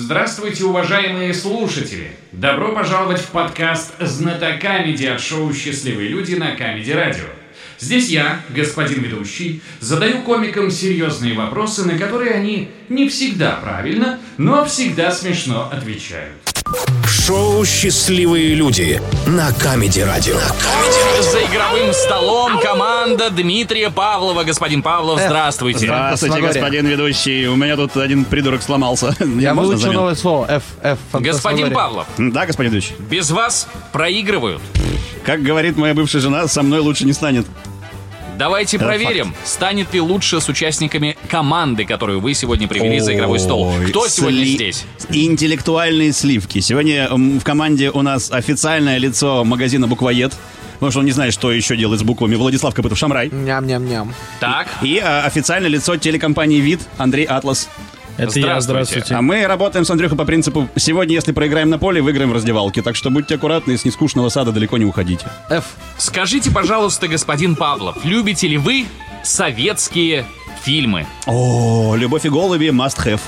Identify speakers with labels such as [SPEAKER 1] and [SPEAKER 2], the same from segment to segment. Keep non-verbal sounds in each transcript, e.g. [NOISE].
[SPEAKER 1] Здравствуйте, уважаемые слушатели! Добро пожаловать в подкаст «Знатокамеди» от шоу «Счастливые люди» на Камеди Радио. Здесь я, господин ведущий, задаю комикам серьезные вопросы, на которые они не всегда правильно, но всегда смешно отвечают.
[SPEAKER 2] Шоу «Счастливые люди» на Камеди Радио.
[SPEAKER 3] За игровым столом команда Дмитрия Павлова. Господин Павлов, здравствуйте.
[SPEAKER 4] Здравствуйте,
[SPEAKER 5] Здравствуйте,
[SPEAKER 4] господин ведущий. У меня тут один придурок сломался. [LAUGHS] Я
[SPEAKER 5] Я
[SPEAKER 4] можно
[SPEAKER 5] выучил
[SPEAKER 4] замену?
[SPEAKER 5] А новое слово F, F.
[SPEAKER 3] Господин Павлов,
[SPEAKER 4] Да, господин ведущий.
[SPEAKER 3] без вас проигрывают.
[SPEAKER 4] Как говорит моя бывшая жена, со мной лучше не станет.
[SPEAKER 3] Давайте
[SPEAKER 4] Это
[SPEAKER 3] проверим, станет ли лучше с участниками команды, которую вы сегодня привели за игровой стол.
[SPEAKER 4] Ой,
[SPEAKER 3] Кто сегодня
[SPEAKER 4] сли-
[SPEAKER 3] здесь?
[SPEAKER 4] Интеллектуальные сливки. Сегодня м, в команде у нас официальное лицо магазина «Буквоед», потому что он не знает, что еще делать с буквами. Владислав Копытов-Шамрай.
[SPEAKER 5] Ням-ням-ням.
[SPEAKER 3] Так,
[SPEAKER 4] И э, официальное лицо телекомпании «Вид» Андрей Атлас.
[SPEAKER 6] Это
[SPEAKER 3] Здравствуйте.
[SPEAKER 6] я,
[SPEAKER 4] А
[SPEAKER 6] здравствуйте.
[SPEAKER 4] мы работаем с Андрюхой по принципу «Сегодня, если проиграем на поле, выиграем в раздевалке». Так что будьте аккуратны и с нескучного сада далеко не уходите.
[SPEAKER 5] F.
[SPEAKER 3] скажите, пожалуйста, господин Павлов, любите ли вы советские фильмы?
[SPEAKER 4] О, «Любовь и голуби» must have.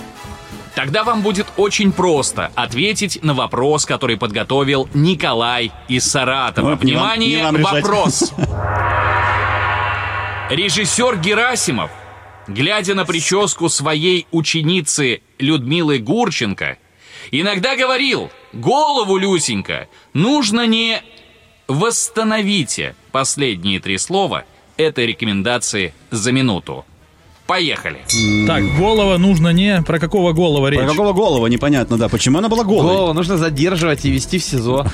[SPEAKER 3] Тогда вам будет очень просто ответить на вопрос, который подготовил Николай из Саратова.
[SPEAKER 4] Вот, Ну, не вам-
[SPEAKER 3] Внимание,
[SPEAKER 4] не вам решать. [LAUGHS]
[SPEAKER 3] вопрос. Режиссер Герасимов, глядя на прическу своей ученицы Людмилы Гурченко, иногда говорил, голову, Люсенька, нужно не восстановите последние три слова этой рекомендации за минуту. Поехали.
[SPEAKER 6] Так, голова нужно не... Про какого голова речь?
[SPEAKER 4] Про какого голова, непонятно, да. Почему она была голой?
[SPEAKER 5] Голову нужно задерживать и вести в СИЗО.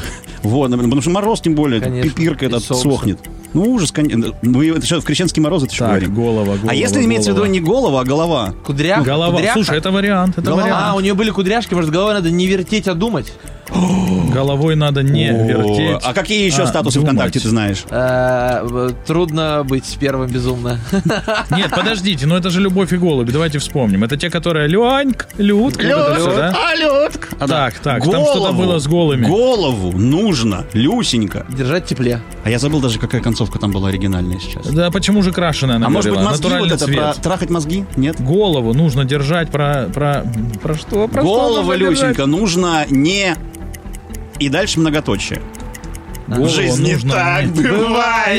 [SPEAKER 4] Вот, например, потому что мороз, тем более,
[SPEAKER 5] Конечно.
[SPEAKER 4] пипирка
[SPEAKER 5] И
[SPEAKER 4] этот
[SPEAKER 5] соусом.
[SPEAKER 4] сохнет. Ну, ужас, конечно. Мы это что, в крещенский мороз это что
[SPEAKER 6] Так,
[SPEAKER 4] говорим?
[SPEAKER 6] голова, голова,
[SPEAKER 4] А если имеется в виду
[SPEAKER 6] голова.
[SPEAKER 4] не голова, а голова?
[SPEAKER 5] Кудря.
[SPEAKER 6] Голова.
[SPEAKER 5] кудряха.
[SPEAKER 6] Слушай, это вариант. Это
[SPEAKER 5] Голова. А,
[SPEAKER 6] вариант.
[SPEAKER 5] у нее были кудряшки, может, головой надо не вертеть, а думать.
[SPEAKER 6] Головой надо не
[SPEAKER 4] О,
[SPEAKER 6] вертеть.
[SPEAKER 4] А какие еще
[SPEAKER 6] а
[SPEAKER 4] статусы
[SPEAKER 6] думать.
[SPEAKER 4] ВКонтакте ты знаешь?
[SPEAKER 5] Э, в- Трудно быть первым безумно. [LAUGHS]
[SPEAKER 6] Нет, подождите, ну это же любовь и голуби. Давайте вспомним. Это те, которые Люаньк, Люд, вот это всё, да?
[SPEAKER 4] А, Лютк! А, да.
[SPEAKER 6] Так, так, там что-то
[SPEAKER 4] Голову.
[SPEAKER 6] было с голыми.
[SPEAKER 4] Голову нужно, Люсенька.
[SPEAKER 5] Держать в тепле.
[SPEAKER 4] А я забыл даже, какая концовка там была оригинальная сейчас.
[SPEAKER 6] Да почему же крашеная она
[SPEAKER 4] а может быть
[SPEAKER 6] говорила?
[SPEAKER 4] мозги вот
[SPEAKER 6] Натуральный
[SPEAKER 4] это, про
[SPEAKER 6] цвет.
[SPEAKER 4] трахать мозги? Нет?
[SPEAKER 6] Голову нужно держать про... Про, про что? Про что
[SPEAKER 4] Голова,
[SPEAKER 6] нужно держать?
[SPEAKER 4] Люсенька, нужно не... И дальше многоточие.
[SPEAKER 6] Голову нужно не-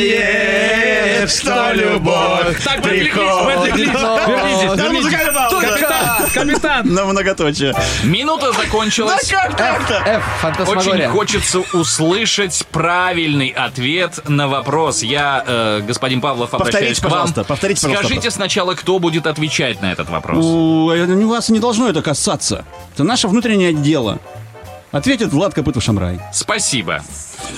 [SPEAKER 4] бывает, что любовь
[SPEAKER 3] Так, мы отвлеклись, мы отвлеклись.
[SPEAKER 6] Вернитесь,
[SPEAKER 4] Да,
[SPEAKER 6] вернитесь.
[SPEAKER 4] музыкальная пауза.
[SPEAKER 6] Капитан, капитан!
[SPEAKER 4] На многоточие.
[SPEAKER 3] Минута закончилась.
[SPEAKER 5] F.
[SPEAKER 3] Очень
[SPEAKER 5] Фантасмагория.
[SPEAKER 3] хочется услышать правильный ответ на вопрос. Я, э, господин Павлов, обращаюсь
[SPEAKER 4] Повторите,
[SPEAKER 3] к вам.
[SPEAKER 4] пожалуйста, повторите, пожалуйста.
[SPEAKER 3] Скажите сначала, кто будет отвечать на этот вопрос.
[SPEAKER 4] Ой, у вас не должно это касаться. Это наше внутреннее дело. Ответит Влад Копытов-Шамрай.
[SPEAKER 3] Спасибо.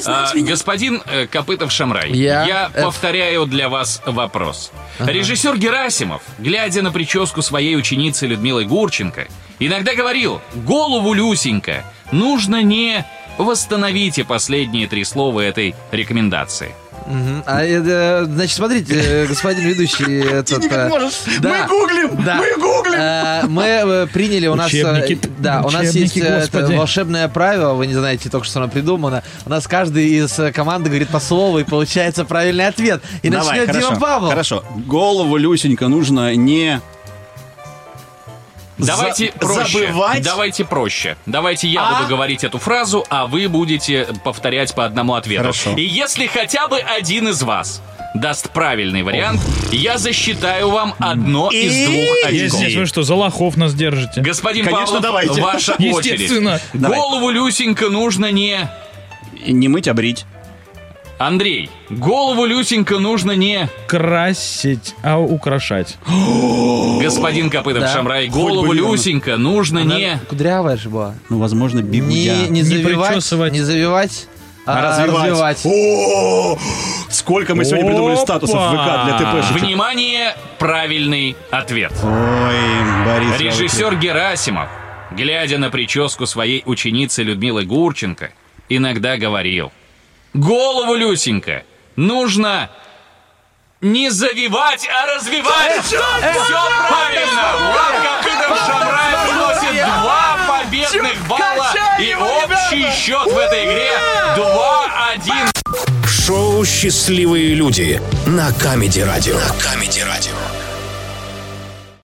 [SPEAKER 3] А, господин э, Копытов-Шамрай,
[SPEAKER 5] Я, э,
[SPEAKER 3] повторяю для вас вопрос. Режиссер Герасимов, глядя на прическу своей ученицы Людмилы Гурченко, иногда говорил «Голову, Люсенька, нужно не...» Восстановите последние три слова этой рекомендации.
[SPEAKER 5] Мгм. А, э, э, значит, смотрите, э, господин
[SPEAKER 4] [LAUGHS]
[SPEAKER 5] ведущий, этот... э, да.
[SPEAKER 4] гуглим!
[SPEAKER 5] Да. Э, Мы э, приняли у нас... э,
[SPEAKER 6] Учебники.
[SPEAKER 5] Да, у нас есть
[SPEAKER 6] Учебники,
[SPEAKER 5] э, это
[SPEAKER 6] господи.
[SPEAKER 5] волшебное правило, вы не знаете только, что оно придумано. У нас каждый из э, команды говорит по слову, и получается правильный ответ. И
[SPEAKER 4] Давай,
[SPEAKER 5] начнет
[SPEAKER 4] хорошо.
[SPEAKER 5] Дима Павлов.
[SPEAKER 4] Хорошо. Голову, Люсенька, нужно не...
[SPEAKER 3] Давайте
[SPEAKER 4] За-
[SPEAKER 3] проще.
[SPEAKER 4] забывать?
[SPEAKER 3] Давайте проще. Давайте я буду говорить эту фразу, а вы будете повторять по одному ответу.
[SPEAKER 4] Хорошо.
[SPEAKER 3] И если хотя бы один из вас даст правильный вариант, я засчитаю вам одно из двух
[SPEAKER 6] Я здесь, вы
[SPEAKER 3] очков.
[SPEAKER 6] что, за лохов нас держите?
[SPEAKER 3] Господин
[SPEAKER 4] Конечно,
[SPEAKER 3] Павлов,
[SPEAKER 4] давайте.
[SPEAKER 3] ваша очередь.
[SPEAKER 6] Естественно.
[SPEAKER 4] Давай.
[SPEAKER 3] Голову Люсенька нужно не...
[SPEAKER 4] Не мыть, а брить.
[SPEAKER 3] Андрей, голову Люсенька нужно не...
[SPEAKER 6] Красить, а украшать.
[SPEAKER 3] Господин Копытов
[SPEAKER 5] Да.
[SPEAKER 3] Шамрай,
[SPEAKER 4] бы
[SPEAKER 3] голову
[SPEAKER 4] Лена.
[SPEAKER 3] Люсенька нужно
[SPEAKER 5] Она
[SPEAKER 3] не...
[SPEAKER 5] Кудрявая же была.
[SPEAKER 4] Ну, возможно,
[SPEAKER 5] Не,
[SPEAKER 4] бибуя.
[SPEAKER 5] не завивать,
[SPEAKER 6] причесывать.
[SPEAKER 5] не завивать, а развивать.
[SPEAKER 4] О, сколько мы сегодня придумали
[SPEAKER 6] Опа!
[SPEAKER 4] статусов в ВК для ТПшечек.
[SPEAKER 3] Внимание, правильный ответ.
[SPEAKER 4] Ой, Борис.
[SPEAKER 3] Режиссер Герасимов, глядя на прическу своей ученицы Людмилы Гурченко, иногда говорил «Голову, Люсенька, нужно не завивать, а развивать!» Все правильно! Влад Копытов Шамраев приносит два победных балла и общий счет в этой игре 2-1.
[SPEAKER 2] Шоу «Счастливые люди» на Камеди Радио. На Камеди Радио.